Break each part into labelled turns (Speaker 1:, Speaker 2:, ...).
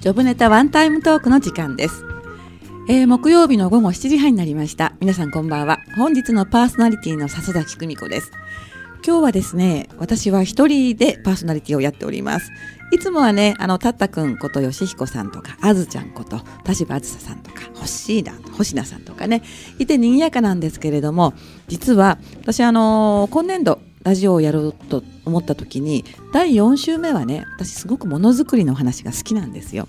Speaker 1: ジョブネタワンタイムトークの時間です、えー木曜日の午後7時半になりました皆さんこんばんは本日のパーソナリティの笹崎久美子です今日はですね私は一人でパーソナリティをやっておりますいつもはねあのたったくんことよしひこさんとかあずちゃんこと田島あずささんとか星田星名さんとかねいて賑やかなんですけれども実は私あのー今年度ラジオをやろうと思った時に第4週目はね私すごくものづくりのお話が好きなんですよ。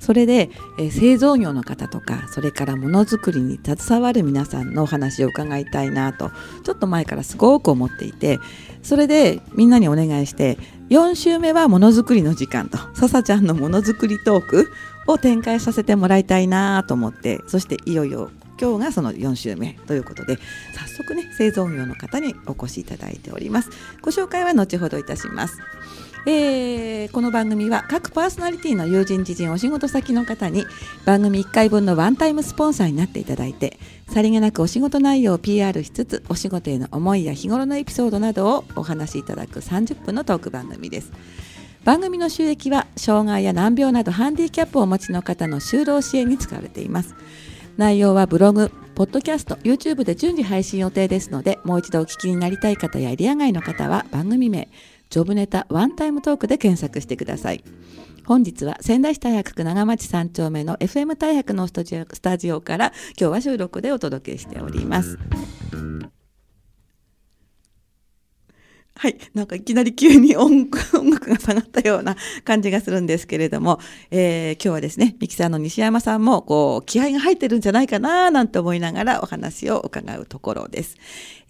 Speaker 1: それで、えー製造業の方とかそれからものづくりに携わる皆さんのお話を伺いたいなとちょっと前からすごく思っていてそれでみんなにお願いして4週目はものづくりの時間と笹ちゃんのものづくりトークを展開させてもらいたいなと思ってそしていよいよ今日がその4週目ということで早速ね製造業の方にお越しいただいておりますご紹介は後ほどいたしますえーこの番組は各パーソナリティの友人知人お仕事先の方に番組1回分のワンタイムスポンサーになっていただいてさりげなくお仕事内容を PR しつつお仕事への思いや日頃のエピソードなどをお話しいただく30分のトーク番組です番組の収益は障害や難病などハンディキャップをお持ちの方の就労支援に使われています内容はブログポッドキャスト YouTube で順次配信予定ですのでもう一度お聞きになりたい方やエリア外の方は番組名ジョブネタワンタイムトークで検索してください本日は仙台市大白区長町3丁目の FM 大白のスタジオスタジオから今日は収録でお届けしておりますはい。なんかいきなり急に音楽音楽が下がったような感じがするんですけれども、えー今日はですね、ミキサーの西山さんも、こう、気合が入ってるんじゃないかな、なんて思いながらお話を伺うところです。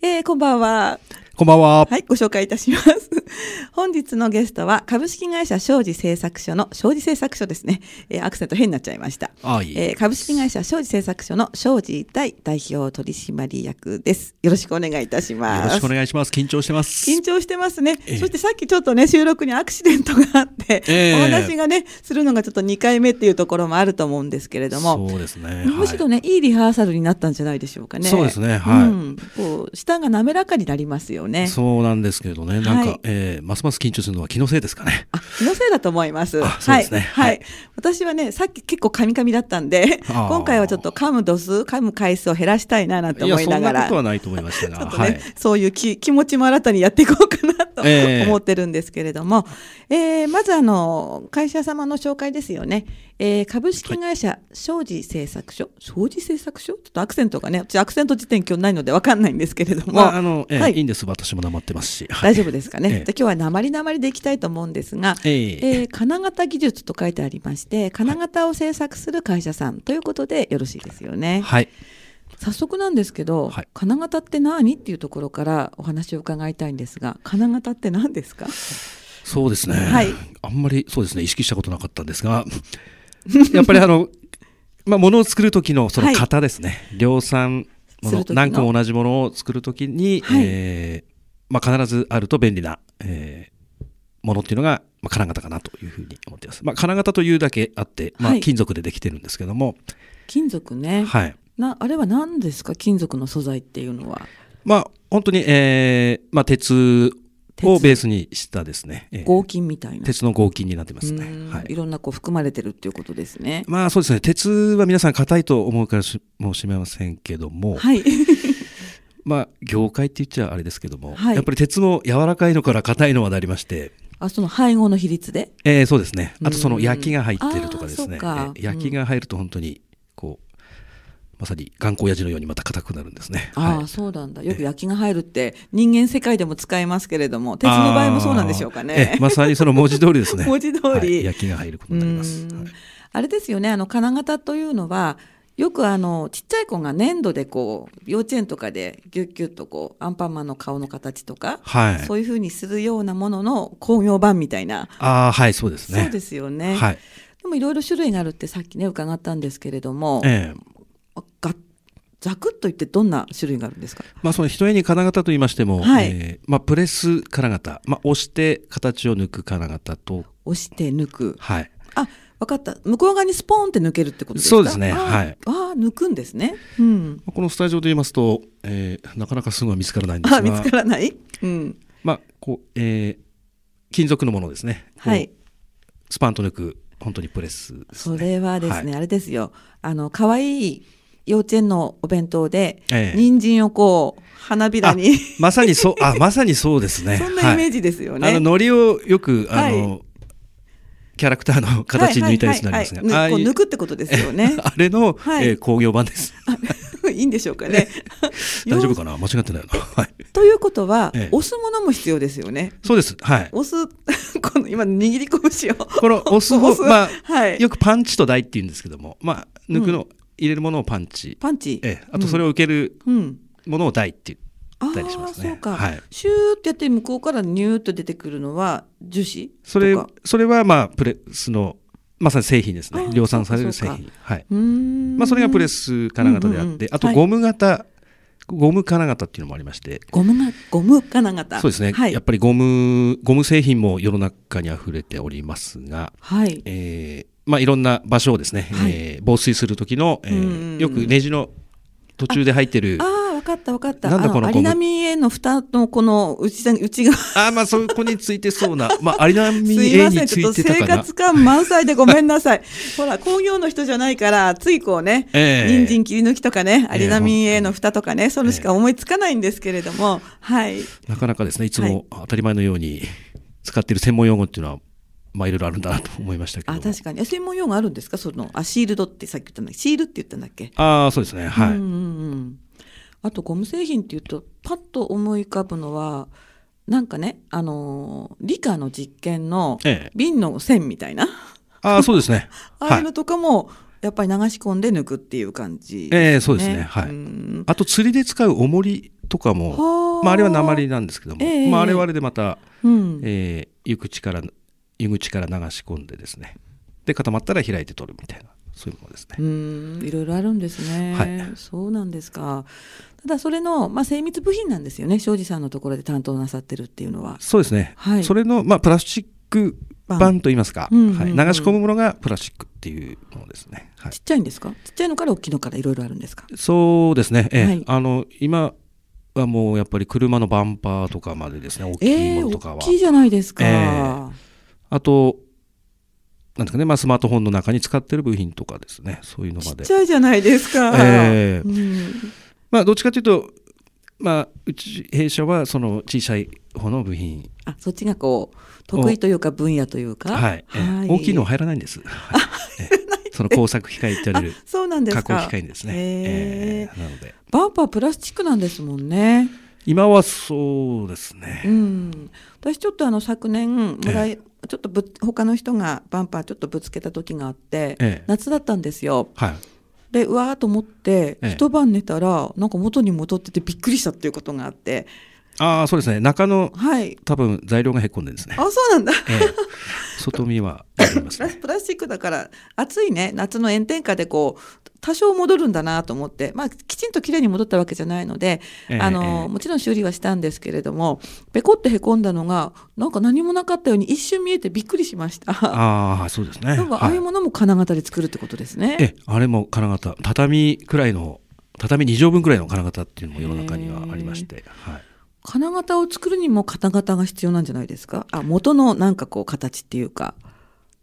Speaker 1: えーこんばんは。
Speaker 2: こんばんは。
Speaker 1: はい、ご紹介いたします。 本日のゲストは、株式会社庄司製作所の、庄司製作所ですね。えーアクセント変になっちゃいました。
Speaker 2: あいえ
Speaker 1: えー株式会社庄司製作所の庄司大代表取締役です。よろしくお願いいたします。
Speaker 2: よろしくお願いします。緊張してます。
Speaker 1: 緊張してますね、
Speaker 2: ええ
Speaker 1: そしてさっきちょっとね収録にアクシデントがあって、
Speaker 2: ええ
Speaker 1: お話がねするのがちょっと2回目っていうところもあると思うんですけれども、
Speaker 2: そうですね。
Speaker 1: むしろね、い、いリハーサルになったんじゃないでしょうかね
Speaker 2: そうですね
Speaker 1: う
Speaker 2: はい
Speaker 1: ん、こう下が滑らかになりますよ
Speaker 2: は
Speaker 1: ね
Speaker 2: い、そうなんですけれどね、なんか、
Speaker 1: はい
Speaker 2: えーますます緊張するのは気のせいですかね。
Speaker 1: あ気のせいだと思います。
Speaker 2: あそうですね
Speaker 1: はい。は
Speaker 2: はい
Speaker 1: い。私はね、さっき結構噛み噛みだったんで、
Speaker 2: あー
Speaker 1: 今回はちょっと噛む度数、噛む回数を減らしたいななんて思い
Speaker 2: そ
Speaker 1: なんが
Speaker 2: な
Speaker 1: ら、
Speaker 2: ことはないと思いましたが、
Speaker 1: ちょっとね、
Speaker 2: はい。
Speaker 1: そういう気気持ちも新たにやっていこうかなと
Speaker 2: ええ
Speaker 1: 思ってるんですけれども、えーまずあの会社様の紹介ですよね、えー株式会社庄司製作所、庄司製作所ちょっとアクセントがね私アクセント辞典今日ないのでわかんないんですけれども、
Speaker 2: まあ、あの、えー
Speaker 1: はい
Speaker 2: い、いんです。私も黙ってますし。はい
Speaker 1: 大丈夫ですかね、
Speaker 2: ええ
Speaker 1: じゃあ今日は鉛鉛でいきたいと思うんですが、
Speaker 2: えー
Speaker 1: えー金型技術と書いてありまして金型を製作する会社さんということでよろしいですよね、
Speaker 2: はい。
Speaker 1: 早速なんですけど、
Speaker 2: はい
Speaker 1: 金型って何っていうところからお話を伺いたいんですが金型って何ですか
Speaker 2: そうですね。
Speaker 1: はい
Speaker 2: あんまり、そうですね、意識したことなかったんですが、 やっぱりあの、まあ、ものを作る時のそ
Speaker 1: は
Speaker 2: の
Speaker 1: い
Speaker 2: 型ですね。量産も
Speaker 1: する
Speaker 2: の
Speaker 1: 時の
Speaker 2: 何個も同じものを作る時に、
Speaker 1: はい
Speaker 2: えーまあ、必ずあると便利な、えーものっていうのが、まあ、金型かなというふうに思っています。まあ、金型というだけあって、ま
Speaker 1: は
Speaker 2: あ、
Speaker 1: い
Speaker 2: 金属でできてるんですけども、
Speaker 1: 金属ね、
Speaker 2: はい。
Speaker 1: なあれは何ですか金属の素材っていうのは
Speaker 2: まあ、本当に、えーまあ、鉄を
Speaker 1: 鉄
Speaker 2: ベースにしたですね、えー
Speaker 1: 合金みたいな
Speaker 2: 鉄の合金になってます
Speaker 1: うーん
Speaker 2: ね。はい
Speaker 1: い、ろんなこう含まれてるっていうことですね
Speaker 2: まあそうですね鉄は皆さん硬いと思うからしもしれませんけども、
Speaker 1: はい
Speaker 2: まあ業界って言っちゃあれですけども、
Speaker 1: はい
Speaker 2: やっぱり鉄も柔らかいのから硬いのはなりまして、
Speaker 1: あその配合の比率で
Speaker 2: えーそうですねあとそうの
Speaker 1: ん
Speaker 2: 焼きが入ってるとかです
Speaker 1: あーそう
Speaker 2: ね
Speaker 1: か
Speaker 2: えー焼きが入ると本当にこうまさに頑固やじのようにまた硬くなるんですね。
Speaker 1: ああ、
Speaker 2: はい
Speaker 1: そうなんだよく焼きが入るって人間世界でも使えますけれども鉄の場合もそうなんでしょうか
Speaker 2: あーえ
Speaker 1: ね
Speaker 2: ー、まさにその文字通りです ね。
Speaker 1: 文字通り
Speaker 2: はい焼きが入ることになります。
Speaker 1: うーん
Speaker 2: はい
Speaker 1: あれですよねあの金型というのはよくあのちっちゃい子が粘土でこう幼稚園とかでギュッギュッとこうアンパンマンの顔の形とか、
Speaker 2: はい。
Speaker 1: そういうふうにするようなものの工業版みたいな、
Speaker 2: ああはいそうですね。
Speaker 1: そうですよね、
Speaker 2: はい。
Speaker 1: でもいろいろ種類があるってさっきね伺ったんですけれども、
Speaker 2: ええ
Speaker 1: がザクッといってどんな種類があるんですか
Speaker 2: まあ、その一重に金型と言いましても、
Speaker 1: はい
Speaker 2: えーまあ、プレス金型、まあ、押して形を抜く金型と、
Speaker 1: 押して抜く
Speaker 2: はい、
Speaker 1: あ分かった向こう側にスポーンって抜けるってことですか
Speaker 2: そうですね
Speaker 1: あー
Speaker 2: はい
Speaker 1: あー抜くんですね、うん、
Speaker 2: このスタジオで言いますと、えーなかなかすぐは見つからないんです
Speaker 1: あ
Speaker 2: が、
Speaker 1: 見つからない、うん
Speaker 2: まあこうえー金属のものですね、こう
Speaker 1: はい、
Speaker 2: スパンと抜く、本当にプレスです
Speaker 1: そ
Speaker 2: ね。
Speaker 1: れはですね、
Speaker 2: は
Speaker 1: あれですよあの可愛い幼稚園のお弁当で、
Speaker 2: ええ
Speaker 1: 人参をこう花びらに
Speaker 2: まさにそう、あ、まさにそう ですね。
Speaker 1: そんなイメー
Speaker 2: ジ
Speaker 1: ジですよね、
Speaker 2: あの、糊をよく、あの、
Speaker 1: は
Speaker 2: キャラクターの形に抜いたりするのあります
Speaker 1: はい
Speaker 2: が、
Speaker 1: は
Speaker 2: あ
Speaker 1: い
Speaker 2: あ
Speaker 1: はい
Speaker 2: い
Speaker 1: ぬ
Speaker 2: う
Speaker 1: こう抜くってことですよ
Speaker 2: 。
Speaker 1: ね
Speaker 2: あれの、
Speaker 1: はい
Speaker 2: えー工業版です。
Speaker 1: いいんでしょうかね。
Speaker 2: 大丈夫
Speaker 1: よ
Speaker 2: かな間違ってないよな。はい。
Speaker 1: ということは、
Speaker 2: ええ
Speaker 1: 押すものも必要ですよね。
Speaker 2: そうです。はい。
Speaker 1: 押すこの今握り拳を
Speaker 2: この押す
Speaker 1: 押
Speaker 2: 方、
Speaker 1: す
Speaker 2: ま
Speaker 1: は
Speaker 2: あ、
Speaker 1: い
Speaker 2: よくパンチと台って言うんですけども、まあ、抜くの、入れるものをパンチ、
Speaker 1: パンチ。
Speaker 2: ええあとそれを受ける
Speaker 1: うん。
Speaker 2: ものを台って
Speaker 1: あ
Speaker 2: 言ったりしま
Speaker 1: あ
Speaker 2: すね。
Speaker 1: そうか、
Speaker 2: はい。
Speaker 1: シューってやって向こうからニューっと出てくるのは樹脂
Speaker 2: それ
Speaker 1: とか、
Speaker 2: それはまあ、プレスの、まさに製品です
Speaker 1: あ
Speaker 2: ね
Speaker 1: あ。
Speaker 2: 量産される
Speaker 1: そ
Speaker 2: 製
Speaker 1: うかそうか
Speaker 2: 品。はい。
Speaker 1: うーん
Speaker 2: まあ、それがプレス金型であって、
Speaker 1: うんうんうん
Speaker 2: あと
Speaker 1: はい
Speaker 2: ゴム型、ゴム金型っていうのもありまして、
Speaker 1: ゴムがゴム金型
Speaker 2: そうですね、
Speaker 1: はい
Speaker 2: やっぱりゴムゴム製品も世の中にあふれておりますが、
Speaker 1: はい
Speaker 2: えーまあ、いろんな場所をですね、
Speaker 1: はい
Speaker 2: えー防水する時の、えー
Speaker 1: うんうんうん
Speaker 2: よくネジの途中で入ってる
Speaker 1: ああわかったわかった
Speaker 2: なんだ
Speaker 1: あ
Speaker 2: こ
Speaker 1: の
Speaker 2: のゴ
Speaker 1: ア
Speaker 2: ム
Speaker 1: リナミへの蓋のこの内内 側
Speaker 2: ああまあそこについてそう な、まあ、アリナミ
Speaker 1: すい
Speaker 2: A
Speaker 1: ません、
Speaker 2: につ
Speaker 1: ちょ
Speaker 2: い
Speaker 1: っと
Speaker 2: てた
Speaker 1: 生
Speaker 2: かな
Speaker 1: 活感満載でごめんな さい。ほら、工業の人じゃないから、ついこうね、
Speaker 2: ええ
Speaker 1: 人参切り抜きとかね、
Speaker 2: え
Speaker 1: アリナミン A の蓋とかね、それしか思いつかないんですけれども、はい。
Speaker 2: なかなかですねいつ
Speaker 1: は
Speaker 2: も
Speaker 1: い
Speaker 2: 当たり前のように使っている専門用語っていうのは、まあ、いろいろあるんだなと思いましたけど
Speaker 1: あ、
Speaker 2: も
Speaker 1: 確かに。え専門用語あるんですかその、あ、シールドってさっき言ったんだシールって言ったんだっけ
Speaker 2: ああそうですねはい。
Speaker 1: うんうんうんあと、ゴム製品っていうと、パッと思い浮かぶのは、なんかね、あのー理科の実験の
Speaker 2: ええ
Speaker 1: 瓶の線みたいな、
Speaker 2: ああ、そうですね。
Speaker 1: ああ
Speaker 2: は
Speaker 1: いう
Speaker 2: い。
Speaker 1: のとかも、やっぱり流し込んで抜くっていう感じ、
Speaker 2: ええそうですねはい
Speaker 1: うん
Speaker 2: あと、釣りで使う重りとかも、
Speaker 1: は
Speaker 2: まあ、あれは鉛なんですけども、
Speaker 1: ええ
Speaker 2: まあ、あれはあれでまた、
Speaker 1: うん
Speaker 2: えー、湯口から、湯口から流し込んでですね。で、固まったら開いて取るみたいな、そういうものですね
Speaker 1: う。んいろいろあるんですね、
Speaker 2: はい
Speaker 1: そうなんですかただそれの、まあ、精密部品なんですよね庄司さんのところで担当なさってるっていうのは
Speaker 2: そうですね。
Speaker 1: はい
Speaker 2: それの、まあ、プラスチック
Speaker 1: 板
Speaker 2: 板といいますか、
Speaker 1: うんうんうん
Speaker 2: はい、流し込むものがプラスチックっていうものですね。はい
Speaker 1: ちっ。ちゃいんですかちっちゃいのから大きいのからいろいろあるんですか
Speaker 2: そうですね。ええ
Speaker 1: はい
Speaker 2: あの、今はもう、やっぱり車のバンパーとかまでですね、大きい
Speaker 1: えー、
Speaker 2: ものと
Speaker 1: 大
Speaker 2: かは。
Speaker 1: きいじゃないですか、
Speaker 2: えあと、なんですかね、まあ、スマートフォンの中に使ってる部品とかですね、そういうの
Speaker 1: ち
Speaker 2: ま
Speaker 1: っ
Speaker 2: で。
Speaker 1: ちゃいじゃないですか、
Speaker 2: え
Speaker 1: う
Speaker 2: え
Speaker 1: ん
Speaker 2: まあ、どっちかというと、まあ、うち弊社はその小さい方の部品、
Speaker 1: あそっちがこう得意というか分野というか
Speaker 2: はいええ大きいのは入らないんです。はいええその工作機械って言われる
Speaker 1: あそうなんです
Speaker 2: 加
Speaker 1: か
Speaker 2: 工機械ですね。
Speaker 1: へえ
Speaker 2: ええなので、
Speaker 1: バンパープラスチックなんですもんね
Speaker 2: 今はそうです
Speaker 1: う
Speaker 2: ね。
Speaker 1: ん、私ちょっとあの昨年もらい、ちょっとぶ他の人がバンパーちょっとぶつけた時があって、
Speaker 2: ええ
Speaker 1: 夏だったんですよ
Speaker 2: はい、
Speaker 1: でうわーと思って、
Speaker 2: ええ
Speaker 1: 一晩寝たらなんか元に戻っててびっくりしたっていうことがあって
Speaker 2: ああ、そうですね、中の
Speaker 1: はい
Speaker 2: 多分材料がへっこんでですね、
Speaker 1: あそうなんだ
Speaker 2: ええ外見はありま
Speaker 1: プ
Speaker 2: す
Speaker 1: ラ
Speaker 2: ね
Speaker 1: ス。プラスチックだから暑いね夏の炎天下でこう多少戻るんだなと思って、まあ、きちんときれいに戻ったわけじゃないので、
Speaker 2: ええ
Speaker 1: あ
Speaker 2: ええ
Speaker 1: のもちろん修理はしたんですけれどもペコってへこんだのがなんか何もなかったように一瞬見えてびっくりしました。
Speaker 2: ああ、そうですね。
Speaker 1: なんかああいう
Speaker 2: は
Speaker 1: ものも金型で作るってことですね。
Speaker 2: ええあれも金型畳くらいの畳2畳分くらいの金型っていうのも世の中にはありまして、はい、
Speaker 1: 金型を作るにも型型が必要なんじゃないですか。あ、元のなんかこう形っていうか、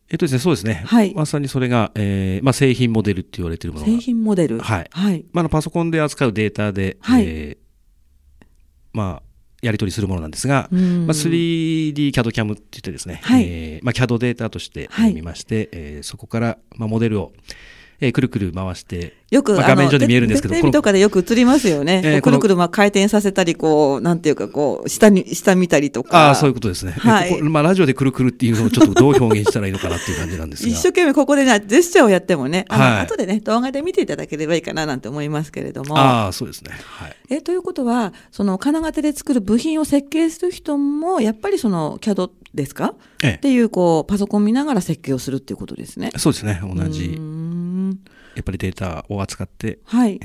Speaker 2: えっとですねそうですね、
Speaker 1: はい
Speaker 2: まさにそれが、えーまあ、製品モデルって言われてるものが
Speaker 1: 製品モデル。
Speaker 2: はい
Speaker 1: はい。
Speaker 2: まああの、パソコンで扱うデータで、
Speaker 1: はい
Speaker 2: えーまあ、やり取りするものなんですが、
Speaker 1: うん
Speaker 2: まあ、3DCADCAM って言ってですね、
Speaker 1: はい
Speaker 2: えーまあ、CAD データとして
Speaker 1: はい
Speaker 2: 見まして、えーそこから、まあ、モデルを、えーくるくる回して
Speaker 1: よく、
Speaker 2: まあ
Speaker 1: あの
Speaker 2: 画面上で見えるんですけど
Speaker 1: テレ
Speaker 2: こ
Speaker 1: ビ
Speaker 2: の
Speaker 1: とかでよく映りますよね。
Speaker 2: え
Speaker 1: こう
Speaker 2: ーこの
Speaker 1: くるくるまあ回転させたり、こう、なんていうか、こう、下に、下見たりとか。
Speaker 2: ああーそういうことですね、え
Speaker 1: はい
Speaker 2: ここまあ、ラジオでくるくるっていうのをちょっとどう表現したらいいのかなっていう感じなんですが
Speaker 1: 一生懸命ここでね、ジェスチャーをやってもね、あの、
Speaker 2: はい
Speaker 1: 後でね、動画で見ていただければいいかななんて思いますけれども。
Speaker 2: ああそうですね、はい、
Speaker 1: えということはその金型で作る部品を設計する人もやっぱりその CAD ですか
Speaker 2: ええ
Speaker 1: っていうこうパソコン見ながら設計をするっていうことですね。
Speaker 2: そうですね同
Speaker 1: うー
Speaker 2: じ
Speaker 1: ん
Speaker 2: やっぱりデータを扱って
Speaker 1: はい。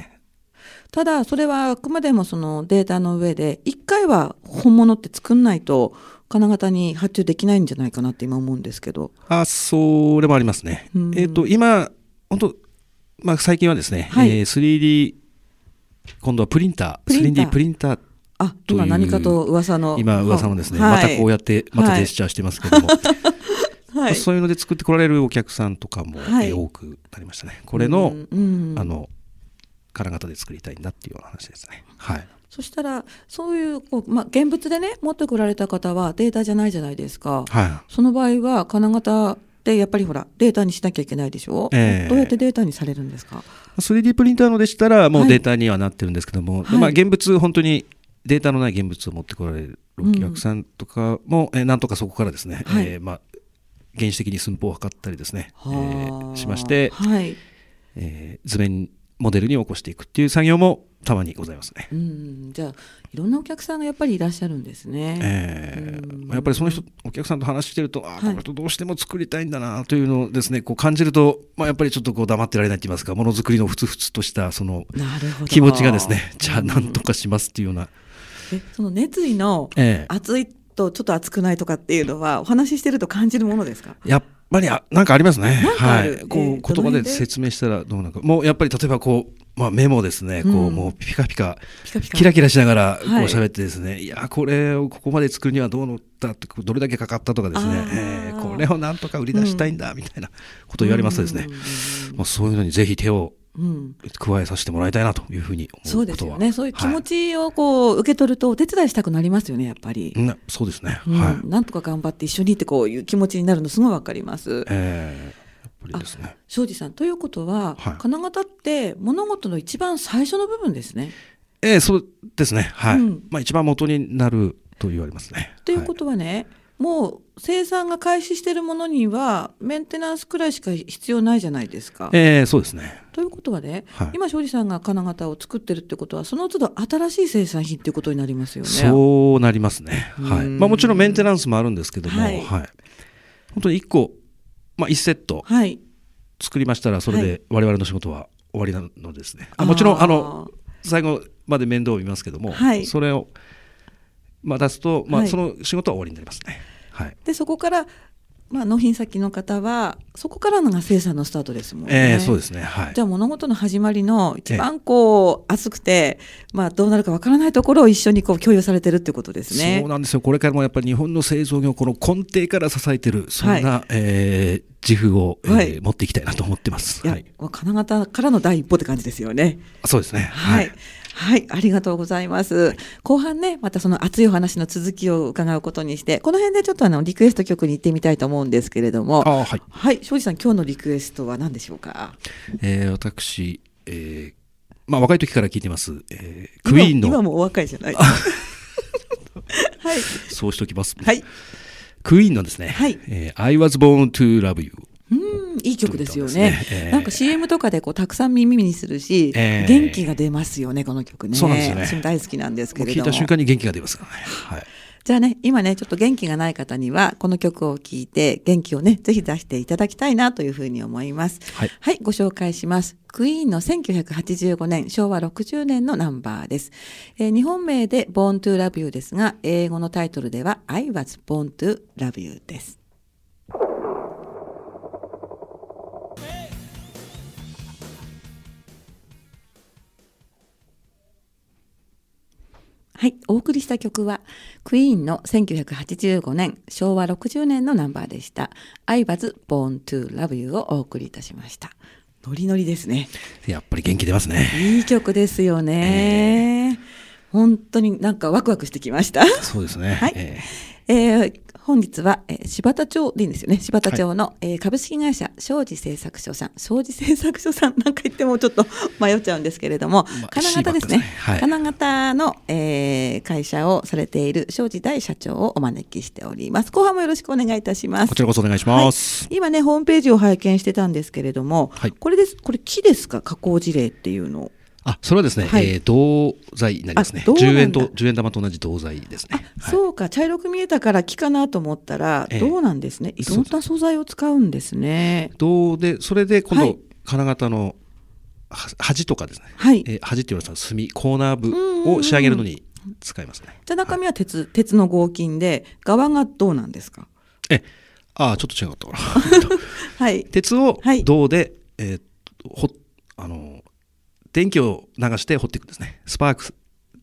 Speaker 1: ただそれはあくまでもそのデータの上で1回は本物って作んないと金型に発注できないんじゃないかなって今思うんですけど。
Speaker 2: あそれもありますね。
Speaker 1: うん
Speaker 2: えっ、と今本当まあ最近はですね、
Speaker 1: はい
Speaker 2: えー 3D 今度はプリンター
Speaker 1: プリンター
Speaker 2: 3D プリンター
Speaker 1: あ
Speaker 2: という
Speaker 1: 今何かと噂の
Speaker 2: 今噂のですね、
Speaker 1: はい
Speaker 2: またこうやってまたジェスチャーしてますけど も、
Speaker 1: は
Speaker 2: まあ
Speaker 1: い、
Speaker 2: そういうので作ってこられるお客さんとかも、
Speaker 1: はい
Speaker 2: えー多くなりましたね。これの、
Speaker 1: うんうん
Speaker 2: あの金型で作りたいんだっていうような話ですね。はい。
Speaker 1: そしたらそういうこう、まあ、現物でね持ってこられた方はデータじゃないじゃないですか、
Speaker 2: は
Speaker 1: その場合は金型ってやっぱりほらデータにしなきゃいけないでしょ、
Speaker 2: ええ
Speaker 1: どうやってデータにされるんですか
Speaker 2: い。3D プリンターのでしたらも
Speaker 1: は
Speaker 2: う
Speaker 1: い
Speaker 2: データにはなってるんですけども、
Speaker 1: はい
Speaker 2: まあ現物本当にデータのない現物を持ってこられるお客さんとかも、えーなんとかそこからですね、
Speaker 1: はい
Speaker 2: えーまあ原始的に寸法を測ったりですね、え
Speaker 1: はあ
Speaker 2: ーしまして、
Speaker 1: はい
Speaker 2: えー図面モデルに起こしていくっていう作業もたまにございますね。
Speaker 1: うんじゃあいろんなお客さんがやっぱりいらっしゃるんですね、
Speaker 2: えー
Speaker 1: うん
Speaker 2: まあやっぱりその人お客さんと話してるとああ
Speaker 1: は
Speaker 2: こ
Speaker 1: い
Speaker 2: れとどうしても作りたいんだなというのをですねこう感じると、まあ、やっぱりちょっとこう黙ってられないと言いますかものづくりのふつふつとしたその
Speaker 1: なるほど
Speaker 2: 気持ちがですねじゃあ
Speaker 1: うん
Speaker 2: なんとかしますっていうような、
Speaker 1: えその熱意の
Speaker 2: ええ
Speaker 1: 熱いとちょっと熱くないとかっていうのはお話ししてると感じるものですか
Speaker 2: やっぱりあなんかありますね
Speaker 1: なんかある
Speaker 2: はいこう
Speaker 1: えーどの
Speaker 2: 言葉
Speaker 1: 辺
Speaker 2: で
Speaker 1: で
Speaker 2: 説明したらどうなるかもうやっぱり例えばこう、まあ、メモですねこう、
Speaker 1: うん
Speaker 2: もうピカピカ
Speaker 1: ピカピカ
Speaker 2: キラキラしながらこう
Speaker 1: はい
Speaker 2: 喋ってですね、い、やこれをここまで作るにはどうのったってどれだけかかったとかですね
Speaker 1: あ、ー
Speaker 2: えーこれをなんとか売り出したいんだみたいなことを言われますとですね、まあ、そういうのにぜひ手を
Speaker 1: うんうんうんうん
Speaker 2: 加えさせてもらいたいなというふうに
Speaker 1: そ
Speaker 2: 思
Speaker 1: う
Speaker 2: う
Speaker 1: で
Speaker 2: こ
Speaker 1: す
Speaker 2: と
Speaker 1: よ
Speaker 2: は
Speaker 1: ね。そういう気持
Speaker 2: ち、
Speaker 1: ちをこう受け取るとお手伝いしたくなりますよね、やっぱり。
Speaker 2: はいうんそうですね、
Speaker 1: うん
Speaker 2: はい、
Speaker 1: なんとか頑張って一緒にってこういう気持ちになるのすごいわかります。
Speaker 2: えー、やっぱりですね
Speaker 1: 庄司さんということは、
Speaker 2: はい
Speaker 1: 金型って物事の一番最初の部分ですね。
Speaker 2: ええそうですねはい、
Speaker 1: うん
Speaker 2: まあ一番元になると言われますね
Speaker 1: ということはね、もう生産が開始してるものにはメンテナンスくらいしか必要ないじゃないですか
Speaker 2: は。い、ええそうですね
Speaker 1: ということはね、
Speaker 2: はい
Speaker 1: 今庄司さんが金型を作ってるってことはその都度新しい生産品っていうことになりますよね。
Speaker 2: そうなりますね。は
Speaker 1: う
Speaker 2: い。
Speaker 1: ん
Speaker 2: まあもちろんメンテナンスもあるんですけども、
Speaker 1: は
Speaker 2: はいい。本当に1個、まあ1セット
Speaker 1: はい。
Speaker 2: 作りましたら、それ
Speaker 1: は
Speaker 2: で我々の仕事は終わりなのですね。あもちろん、あの、
Speaker 1: ー
Speaker 2: 最後まで面倒を見ますけども、
Speaker 1: はい
Speaker 2: それを、まあ出すと、ま
Speaker 1: は
Speaker 2: あ
Speaker 1: い
Speaker 2: その仕事は終わりになりますね。はい。
Speaker 1: でそこから、まあ、納品先の方はそこからのが生産のスタートですもんね。
Speaker 2: ええそうですね。はい
Speaker 1: じ。ゃあ物事の始まりの一番こう熱くて、まあ、どうなるかわからないところを一緒にこう共有されてるってことですね
Speaker 2: そう。なんですよこれからもやっぱり日本の製造業をこの根底から支えてるそんな、えー自負を、えー
Speaker 1: はい
Speaker 2: 持っていきたいなと思ってます。
Speaker 1: いや、
Speaker 2: はい、
Speaker 1: まあ金型からの第一歩って感じですよね。
Speaker 2: そうですね。
Speaker 1: はい、はい、ありがとうございます。後半ね、またその熱いお話の続きを伺うことにして、この辺でちょっとあのリクエスト曲に行ってみたいと思うんですけれども、
Speaker 2: あはい。
Speaker 1: はい、庄司さん今日のリクエストは何でしょうか。
Speaker 2: えー私、えーまあ、若い時から聞いてます、えークイーン
Speaker 1: 今今
Speaker 2: の
Speaker 1: もお若いじゃない。 はい。
Speaker 2: そうしておきます、
Speaker 1: はい。
Speaker 2: クイーンのですね、
Speaker 1: はい
Speaker 2: えー I was born to love you
Speaker 1: うん、いい曲ですよ
Speaker 2: そういう
Speaker 1: ね
Speaker 2: ことです。ねえー
Speaker 1: なんか CM とかでこうたくさん耳にするし、
Speaker 2: えー
Speaker 1: 元気が出ますよね、この曲ね。
Speaker 2: そうなんですよね
Speaker 1: 私も大好きなんです
Speaker 2: も
Speaker 1: け
Speaker 2: う
Speaker 1: れ
Speaker 2: 聞
Speaker 1: ども。
Speaker 2: いた瞬間に元気が出ますからね、はい、
Speaker 1: じゃあね、今ね、ちょっと元気がない方には、この曲を聴いて、元気をね、ぜひ出していただきたいなというふうに思います。
Speaker 2: はい
Speaker 1: ご紹介します。クイーンの1985年、昭和60年のナンバーです。えー日本名で Born to Love You ですが、英語のタイトルでは I was born to love you です。はい、お送りした曲はクイーンの1985年昭和60年のナンバーでした「I was born to love you」をお送りいたしましたノリノリですね
Speaker 2: やっぱり元気出ますね
Speaker 1: いい曲ですよね、本当になんかワクワクしてきました
Speaker 2: そうですね、
Speaker 1: はい
Speaker 2: え
Speaker 1: えー本日は、えー柴田町でいいんですよね柴田町の、えー株式会社庄司製作所さん庄司製作所さんなんか言ってもちょっと迷っちゃうんですけれども、
Speaker 2: まあ
Speaker 1: 金型ですね
Speaker 2: 柴田ですねはい
Speaker 1: 金型の、えー会社をされている庄司大社長をお招きしております後半もよろしくお願いいたしま
Speaker 2: ー
Speaker 1: す
Speaker 2: こちらこそお願いします、
Speaker 1: 今ねホームページを拝見してたんですけれども、
Speaker 2: はい
Speaker 1: これですこれ木ですか加工事例っていうの
Speaker 2: あそれはですね、
Speaker 1: はい
Speaker 2: えー銅材になりますね
Speaker 1: あ銅なんだ
Speaker 2: 10円と10円玉と同じ銅材ですねはい
Speaker 1: そうか茶色く見えたから木かなと思ったら、
Speaker 2: ええ
Speaker 1: どうなんですねいろんな素材を使うんですね
Speaker 2: 銅でそれで今
Speaker 1: はい
Speaker 2: 度金型のは端とかですね、
Speaker 1: はい。
Speaker 2: えー端って言われたら墨コーナー部を仕上げるのに使いますね、
Speaker 1: じゃあ中身は鉄、鉄の合金で、側がどうなんですか
Speaker 2: えああちょっと違うとこ ろ
Speaker 1: はい。
Speaker 2: 鉄を
Speaker 1: はい
Speaker 2: 銅で、えーほあの電気を流して掘っていくんですねスパークス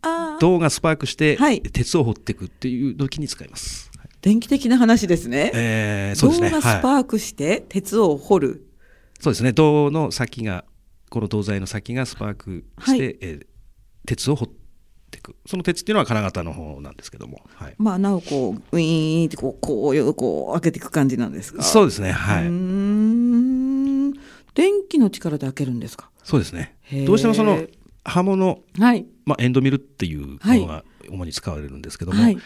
Speaker 1: ああ、
Speaker 2: 銅がスパークして、
Speaker 1: はい
Speaker 2: 鉄を掘っていくっていう時に使います、
Speaker 1: 電気的な話ですね。
Speaker 2: えー、そ
Speaker 1: 銅
Speaker 2: うです
Speaker 1: が
Speaker 2: ね
Speaker 1: ス
Speaker 2: はい
Speaker 1: パークして、鉄を掘る。
Speaker 2: そうですね銅の先がこの銅材の先がスパークして、
Speaker 1: はい
Speaker 2: えー鉄を掘っていくその鉄っていうのは金型の方なんですけども、はい、
Speaker 1: まあ、なおこう、ウィーンってこう、こういう、こう、開けていく感じなんですか。
Speaker 2: そううですねは
Speaker 1: う
Speaker 2: い、
Speaker 1: ーん。電気の力で開けるんですか
Speaker 2: そうですね
Speaker 1: へー
Speaker 2: どうしてもその刃物、
Speaker 1: はい。
Speaker 2: まあ、エンドミルっていうも
Speaker 1: はい
Speaker 2: のが主に使われるんですけども、
Speaker 1: はい。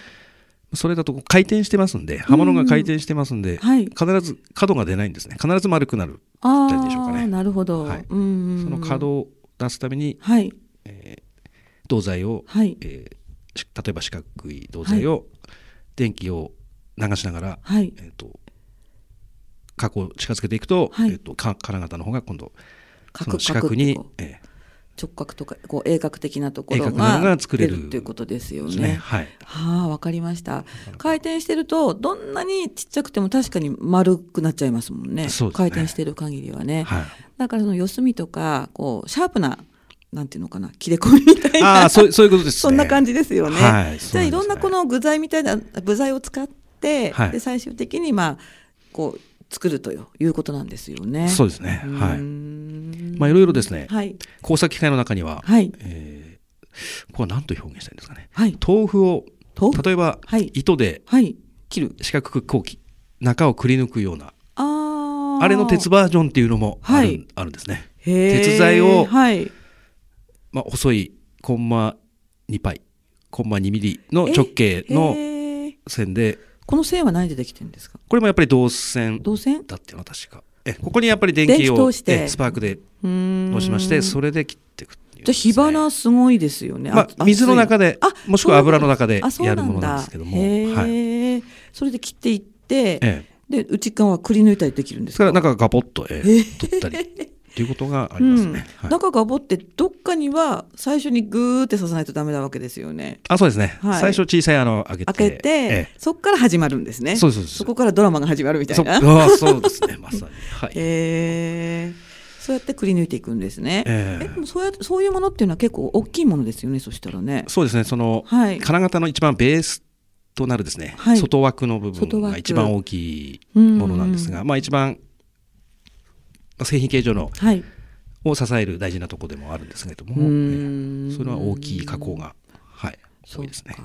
Speaker 2: それだとこう回転してますんで刃物が回転してますんで、
Speaker 1: はい
Speaker 2: 必ず角が出ないんですね必ず丸くなる、
Speaker 1: あ
Speaker 2: ったんでしょうかね
Speaker 1: あ、なるほど。
Speaker 2: はい
Speaker 1: うんうんうん
Speaker 2: その角を出すために
Speaker 1: はい。
Speaker 2: 銅材を、
Speaker 1: はい。
Speaker 2: えーし例えば四角い銅材を、電気を流しながら、
Speaker 1: はい。
Speaker 2: えー、と過去を近づけていくと,、
Speaker 1: はい
Speaker 2: えー、とか金型の方が今度そ
Speaker 1: 角
Speaker 2: の四角に
Speaker 1: 角ってこう
Speaker 2: え
Speaker 1: 直角とかこう鋭角的なところ
Speaker 2: 鋭角なの
Speaker 1: が
Speaker 2: が作
Speaker 1: 出
Speaker 2: れる
Speaker 1: るということですよ
Speaker 2: ー
Speaker 1: ね。
Speaker 2: ですねはい
Speaker 1: はあ、わかりました。回転してると、どんなにちっちゃくても確かに丸くなっちゃいますもんね。
Speaker 2: そうです
Speaker 1: 回
Speaker 2: ね
Speaker 1: 転してる限りはね。
Speaker 2: はい
Speaker 1: だからその四隅とか、こう、シャープな、なんていうのかな、切れ込みみたい
Speaker 2: あ
Speaker 1: な、
Speaker 2: あそうそういうことですね
Speaker 1: そんな感じですよね。
Speaker 2: はい
Speaker 1: じゃあいろんなこの具材みたいな、部材を使って、
Speaker 2: はい
Speaker 1: で、最終的にまあ、こう、作るといういうことなんですよね。
Speaker 2: そう
Speaker 1: う
Speaker 2: ですねはい
Speaker 1: い
Speaker 2: まあいろいろですね、
Speaker 1: はい。
Speaker 2: 工作機械の中には、
Speaker 1: はい。
Speaker 2: えーここは何と表現したいんですかね
Speaker 1: はい。
Speaker 2: 豆腐を
Speaker 1: 豆腐
Speaker 2: 例えば、
Speaker 1: はい
Speaker 2: 糸で
Speaker 1: はい。切る。
Speaker 2: 四角くこうき中をくり抜くような
Speaker 1: ああ。
Speaker 2: あれの鉄バージョンっていうのもある,、
Speaker 1: はい
Speaker 2: あるんですね、
Speaker 1: へー
Speaker 2: 鉄材を
Speaker 1: はい。
Speaker 2: まあ、細いコンマ2パイコンマ2ミリの直径の
Speaker 1: へー
Speaker 2: 線で
Speaker 1: この線は何でできてるんですか
Speaker 2: これもやっぱり銅線
Speaker 1: 導線
Speaker 2: だっていうのは確かえここにやっぱり電気
Speaker 1: 電気
Speaker 2: を
Speaker 1: 通して
Speaker 2: えスパークで
Speaker 1: うーん
Speaker 2: 通しましてそれで切っていくっていう
Speaker 1: じゃあ火
Speaker 2: ですね
Speaker 1: 花すごいですよね。
Speaker 2: まあ、水の中
Speaker 1: で
Speaker 2: で
Speaker 1: あ
Speaker 2: もしくは油の中でやるものなんですけども、はい
Speaker 1: へえ。それで切っていって、
Speaker 2: ええ
Speaker 1: で内側はくり抜いたりできるんで
Speaker 2: ですすか
Speaker 1: から
Speaker 2: 中がガポッと、え
Speaker 1: へ
Speaker 2: え
Speaker 1: ー
Speaker 2: 取ったりっていうことがあ
Speaker 1: う
Speaker 2: ります
Speaker 1: ん
Speaker 2: ね、はい
Speaker 1: 中がぼってどっかには最初にグーって刺さないとダメなわけですよね。
Speaker 2: あそうですね、
Speaker 1: はい
Speaker 2: 最初小さい穴を開けて
Speaker 1: 開けて、
Speaker 2: え
Speaker 1: そこから始まるんですね。
Speaker 2: そうですそうです
Speaker 1: こからドラマが始まるみ
Speaker 2: え
Speaker 1: た
Speaker 2: そ
Speaker 1: いな。
Speaker 2: あそうですねまさに、 はい
Speaker 1: へえそうやってくり抜いていくんですね。
Speaker 2: ええ
Speaker 1: えでもそうやそういうものっていうのは結構大きいものですよねそしたらね。
Speaker 2: そうですねその、
Speaker 1: はい
Speaker 2: 金型の一番ベースとなるですね、
Speaker 1: はい
Speaker 2: 外枠の部
Speaker 1: 外
Speaker 2: 分
Speaker 1: 枠
Speaker 2: が一番大きいものなんですが、まあ、一番まあ製品形状の
Speaker 1: はい。
Speaker 2: を支える大事なところでもあるんですけれども、
Speaker 1: うーん
Speaker 2: ええそれは大きい加工が、はい、
Speaker 1: そ
Speaker 2: 多
Speaker 1: う
Speaker 2: い
Speaker 1: か
Speaker 2: ですね。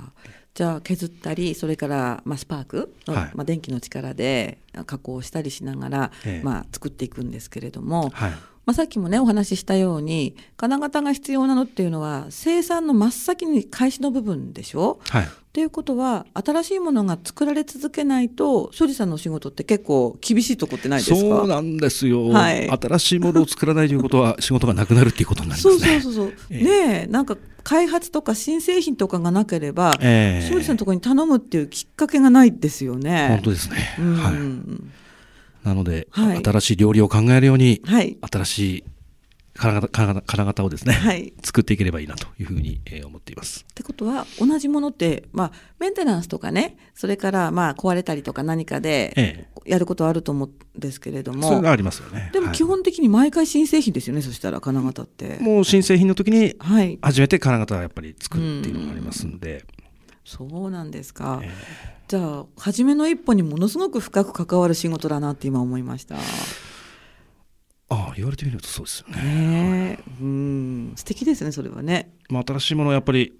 Speaker 1: じゃあ削ったりそれから、まあ、スパークの、
Speaker 2: はい
Speaker 1: まあ、電気の力であ加工したりしながら、
Speaker 2: ええ
Speaker 1: まあ、作っていくんですけれども、
Speaker 2: はい
Speaker 1: まあ、さっきもねお話ししたように金型が必要なのっていうのは生産の真っ先に開始の部分でしょ
Speaker 2: はい
Speaker 1: ということは新しいものが作られ続けないと所持さんのお仕事って結構厳しいとこってないですか
Speaker 2: そうなんですよ、
Speaker 1: はい
Speaker 2: 新しいものを作らないということは仕事がなくなるっていうことになります
Speaker 1: そ
Speaker 2: ね。
Speaker 1: うそうそうそう、
Speaker 2: ええ
Speaker 1: ねえなんか開発とか新製品とかがなければ、
Speaker 2: ええ
Speaker 1: 庄司さんのところに頼むっていうきっかけがないですよね。
Speaker 2: 本当ですね、
Speaker 1: うん
Speaker 2: はい、なので、
Speaker 1: はい
Speaker 2: 新しい料理を考えるように、
Speaker 1: はい
Speaker 2: 新しい金型金型金型をですね、
Speaker 1: はい
Speaker 2: 作っていければいいなというふうに、えー思っています
Speaker 1: ってことは同じものって、まあ、メンテナンスとかねそれからまあ壊れたりとか何かで
Speaker 2: え
Speaker 1: やることはあると思うんですけれど
Speaker 2: え
Speaker 1: も、
Speaker 2: そういうのがありますよね
Speaker 1: でも
Speaker 2: はい
Speaker 1: 基本的に毎回新製品ですよねそしたら金型って。
Speaker 2: もう新製品の時に
Speaker 1: はい、
Speaker 2: 初めて金型はやっぱり作るっていうのがありますので、
Speaker 1: そうなんですか、
Speaker 2: え
Speaker 1: じゃあ初めの一歩にものすごく深く関わる仕事だなって今思いました。
Speaker 2: ああ言われてみるとそうですよね、
Speaker 1: ねえ、うん、素敵ですね、それはね。
Speaker 2: まあ、新しいものをやっぱり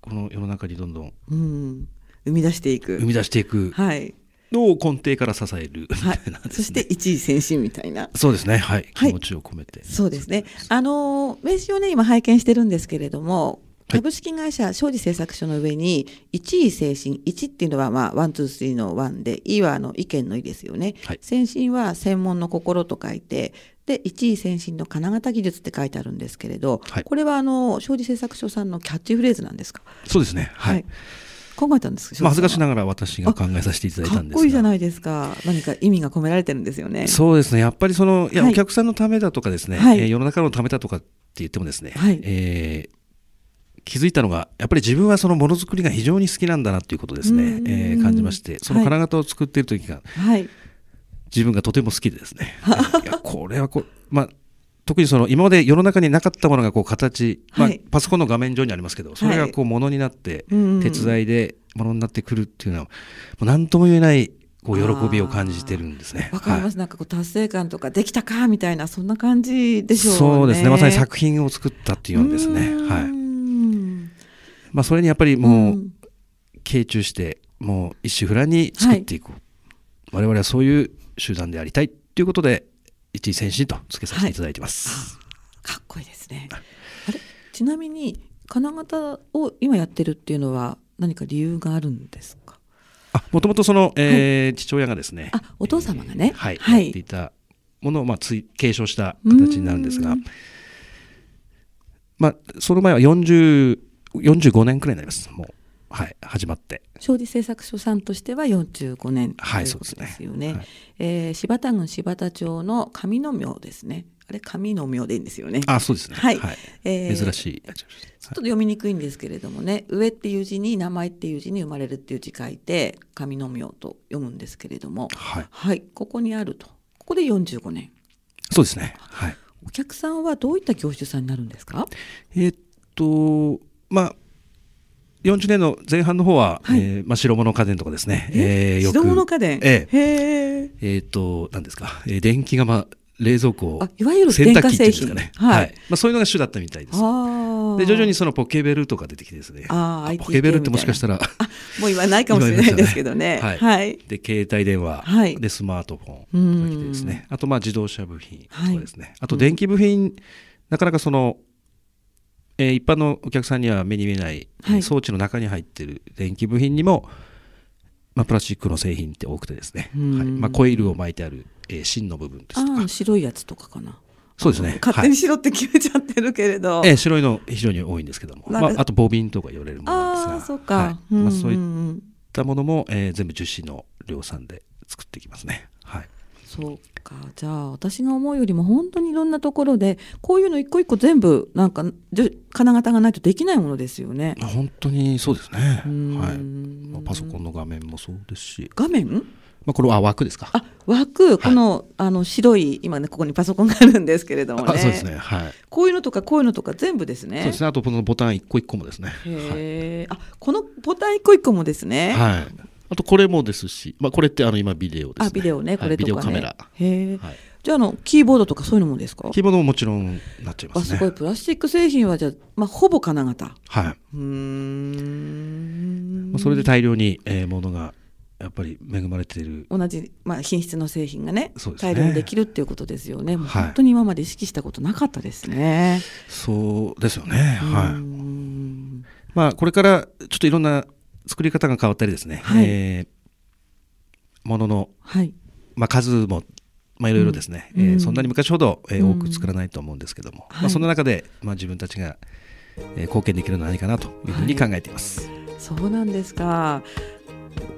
Speaker 2: この世の中にどんどん
Speaker 1: うん、生み出していく
Speaker 2: 生。み出していく
Speaker 1: はい、
Speaker 2: のを根底から支えるみた
Speaker 1: はい
Speaker 2: な、
Speaker 1: い、
Speaker 2: ですね
Speaker 1: そして一位先進みたいな。
Speaker 2: そうですねはい
Speaker 1: はい
Speaker 2: 気持ちを込めて、
Speaker 1: そうですね。あのー名刺をね、今拝見してるんですけれども。
Speaker 2: はい
Speaker 1: 株式会社庄司製作所の上に一位精神1っていうのはまあワンツースリーのワンで「い」はあの意見の「い」ですよね。
Speaker 2: はい
Speaker 1: 先進は専門の心と書いてで一位先進の金型技術って書いてあるんですけれど、
Speaker 2: はい
Speaker 1: これはあの庄司製作所さんのキャッチフレーズなんですか。
Speaker 2: そうですねはい、
Speaker 1: 考えたんです
Speaker 2: まあ恥ずかし
Speaker 1: な
Speaker 2: ながら私が考えさせていただい
Speaker 1: か
Speaker 2: た
Speaker 1: っ
Speaker 2: んですが
Speaker 1: こいいじゃないですか何か意味が込められてるんですよね
Speaker 2: そうですねやっぱりそのいや、
Speaker 1: はい
Speaker 2: お客さんのためだとかですね、
Speaker 1: はい
Speaker 2: えー世の中のためだとかって言ってもですね、
Speaker 1: はい
Speaker 2: えー気づいたのがやっぱり自分はそのものづくりが非常に好きなんだなということです
Speaker 1: う
Speaker 2: ね
Speaker 1: ん、
Speaker 2: えー感じましてその
Speaker 1: はい
Speaker 2: 金型を作っている時が
Speaker 1: はい
Speaker 2: 自分がとても好きでですねいやこれはこうまあ特にその今まで世の中になかったものがこう形、まあ
Speaker 1: はい
Speaker 2: パソコンの画面上にありますけどそれがこうものになって、
Speaker 1: うん
Speaker 2: 手伝いでものになってくるっていうのはもう何とも言えないこう喜びを感じてるんですね。
Speaker 1: わかります、なんかこう達成感とかできたかみたいなそんな感じでしょうね
Speaker 2: そうですね。まさに作品を作ったっていうようなですね。
Speaker 1: うー
Speaker 2: はい。
Speaker 1: ん
Speaker 2: まあそれにやっぱりも
Speaker 1: ん
Speaker 2: う傾注して、もう一心不乱に作っていこう。我々はそういう集団でありたいということで、一位先進とつけさせていただいてます。
Speaker 1: かっこいいですね。あれちなみに金型を今やってるっていうのは何か理由があるんですか。
Speaker 2: あ、もともとその、えー父親がですね。
Speaker 1: あお父様がね
Speaker 2: えーはい。
Speaker 1: はい
Speaker 2: やっていたものをまあつい継承した形になるんです
Speaker 1: う
Speaker 2: が
Speaker 1: ん、
Speaker 2: まあその前は40 45年くらいになります。もうはい始まって。
Speaker 1: 勝利製作所さんとしては45年と
Speaker 2: はい
Speaker 1: いう
Speaker 2: そう
Speaker 1: こ
Speaker 2: です
Speaker 1: と
Speaker 2: ね
Speaker 1: ですよね。
Speaker 2: はい
Speaker 1: えー柴田郡柴田町の上の名ですね。あれ上の名でいいんですよね。
Speaker 2: あ、そうですね。
Speaker 1: はいえー
Speaker 2: 珍しい。
Speaker 1: ちょっと読みにくいんですけれどもね「上」っていう字に名前っていう字に生まれるっていう字書いて「上の名」と読むんですけれども
Speaker 2: はい。
Speaker 1: はいここにあるとここで45年
Speaker 2: そうですね。はい。
Speaker 1: お客さんはどういった業種さんになるんですか
Speaker 2: えーっと、まあ、40年の前半の方は、
Speaker 1: はい
Speaker 2: えーまあ、白物家電とかですね。えーよく
Speaker 1: 自動物家電。
Speaker 2: え
Speaker 1: へえ。
Speaker 2: えーっと、何ですか。えー電気釜、冷蔵庫
Speaker 1: あ、いわゆる
Speaker 2: 洗
Speaker 1: 電
Speaker 2: 濯
Speaker 1: 化
Speaker 2: 機ってい
Speaker 1: 製
Speaker 2: うんです
Speaker 1: 品。
Speaker 2: かね。
Speaker 1: は
Speaker 2: はいい。。まあ、そういうのが主だったみたいです。
Speaker 1: ああ。
Speaker 2: で、徐々に。そのポケベルとか出てきてですね。
Speaker 1: あー IT
Speaker 2: ポケベルってもしかしたら、
Speaker 1: もう言わないかもしれないですけどね。
Speaker 2: 今言いましたね
Speaker 1: はい。
Speaker 2: で、携帯電話、
Speaker 1: はい
Speaker 2: で、スマートフォン。
Speaker 1: うん。
Speaker 2: ですね。。あとまあ自動車部品とかですね。あ
Speaker 1: う
Speaker 2: と
Speaker 1: ん
Speaker 2: 電気部品、なかなかその、えー一般のお客さんには目に見えない、えー
Speaker 1: はい
Speaker 2: 装置の中に入っている電気部品にも、まあ、プラスチックの製品って多くてですね、
Speaker 1: うん
Speaker 2: はいまあ、コイルを巻いてある、えー芯の部分ですと
Speaker 1: あ
Speaker 2: か
Speaker 1: あ、白いやつとかかな。
Speaker 2: そうですね、
Speaker 1: 勝
Speaker 2: は
Speaker 1: 手
Speaker 2: い
Speaker 1: に白って決めちゃってるけれど。
Speaker 2: えー白いの非常に多いんですけども、
Speaker 1: なん
Speaker 2: ま
Speaker 1: か
Speaker 2: あ、あとボビンとか言われるものな
Speaker 1: あ
Speaker 2: んですが
Speaker 1: あ、そう
Speaker 2: はい
Speaker 1: か。
Speaker 2: まあ、そういっ
Speaker 1: ん。
Speaker 2: たものも、えー全部樹脂の量産で作っていきますね。はい
Speaker 1: そうかじゃあ私が思うよりも本当にいろんなところでこういうの一個一個全部なんかじゅ金型がないとできないものですよね。
Speaker 2: まあ本当にそうですね、はいま
Speaker 1: い
Speaker 2: あ、パソコ
Speaker 1: ン
Speaker 2: ンの画面もそうですし、
Speaker 1: 画面
Speaker 2: まあ、これは枠ですか。
Speaker 1: あ枠、このあの白い今ねここにパソコンがあるんですけれどもね
Speaker 2: あそうですね。はい。
Speaker 1: こういうのとかこういうのとか全部ですね
Speaker 2: そうですね。あとこのボタン一個一個もですね。はい。
Speaker 1: へーあこのボタン一個一個もですね、
Speaker 2: はい。あとこれもですし、まあこれってあの今ビデオですね。
Speaker 1: あビデオね
Speaker 2: は
Speaker 1: こ
Speaker 2: い
Speaker 1: れとかね、
Speaker 2: ビデオカメラ。
Speaker 1: へえ
Speaker 2: はい。
Speaker 1: じゃああのキーボードとかそういうのもですか
Speaker 2: 着物ももちろんなっちゃいま
Speaker 1: あ
Speaker 2: す
Speaker 1: す
Speaker 2: ね。
Speaker 1: ごいプラスチック製品はじゃあ、まあ、ほぼ金型
Speaker 2: はい。ま
Speaker 1: うーん
Speaker 2: あそれで大量に、えー、ものがやっぱり恵まれている。
Speaker 1: 同じ、まあ、品質の製品がね
Speaker 2: そうですね
Speaker 1: 大量にできるっていうことですよね、もう
Speaker 2: はい
Speaker 1: 本当に今まで意識したことなかったですね。
Speaker 2: そうですよね。
Speaker 1: うー
Speaker 2: はい。
Speaker 1: ん
Speaker 2: まあこれからちょっといろんな作り方が変わったりですね。
Speaker 1: はい
Speaker 2: えーものの
Speaker 1: はい
Speaker 2: まあ、数も、まあ、いろいろですね、
Speaker 1: うん
Speaker 2: えー
Speaker 1: うん
Speaker 2: そんなに昔ほど、えー
Speaker 1: うん
Speaker 2: 多く作らないと思うんですけども、
Speaker 1: はい
Speaker 2: まあ、その中で、まあ、自分たちが、えー貢献できるのは何かなというふうに考えています、
Speaker 1: そうなんですか。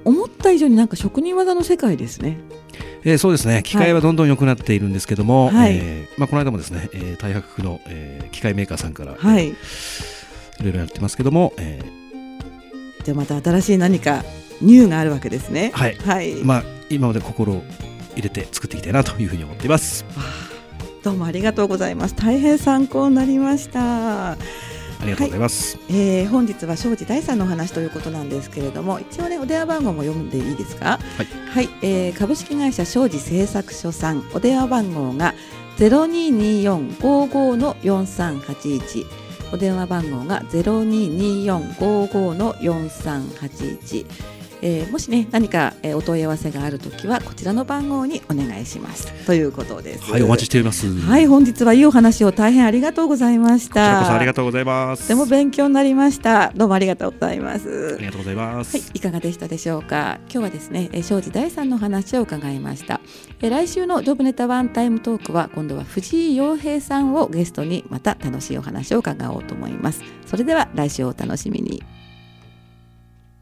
Speaker 1: 思った以上になんか職人技の世界ですね。
Speaker 2: えーそうですね機械はどんどん良くなっているんですけども、
Speaker 1: はい
Speaker 2: えーまあ、この間もですね、えー大白の、えー機械メーカーさんから、、
Speaker 1: はいい。
Speaker 2: ろいろやってますけども、え
Speaker 1: じゃあまた新しい何かニューがあるわけですね。
Speaker 2: はい
Speaker 1: はい。
Speaker 2: ーまあ、今まで心を入れて作っていきたいなというふうに思っています
Speaker 1: どうもありがとうございます。大変参考になりました。
Speaker 2: ありがとうございます、
Speaker 1: えー本日は庄司大さんのお話ということなんですけれども一応ねお電話番号も読んでいいですか
Speaker 2: はい、
Speaker 1: えー株式会社庄司製作所さんお電話番号が022455の4381お電話番号が022455の4381えーもしね何か、えーお問い合わせがあるときはこちらの番号にお願いしますということです
Speaker 2: はいお待ちしております、
Speaker 1: はい本日はいいお話を大変ありがとうございまし
Speaker 2: こちら
Speaker 1: た
Speaker 2: こそありがとうございま
Speaker 1: と
Speaker 2: す
Speaker 1: ても
Speaker 2: あ
Speaker 1: 勉強になりました。どうもありがとうございます。
Speaker 2: りがとうございます、
Speaker 1: はい、いかがでしたでしょうか。今日はですね、えー庄司大さんのお話を伺いました。えー来週のジョブネタワンタイムトークは今度は藤井洋平さんをゲストにまた楽しいお話を伺おうと思います。それでは来週をお楽しみに。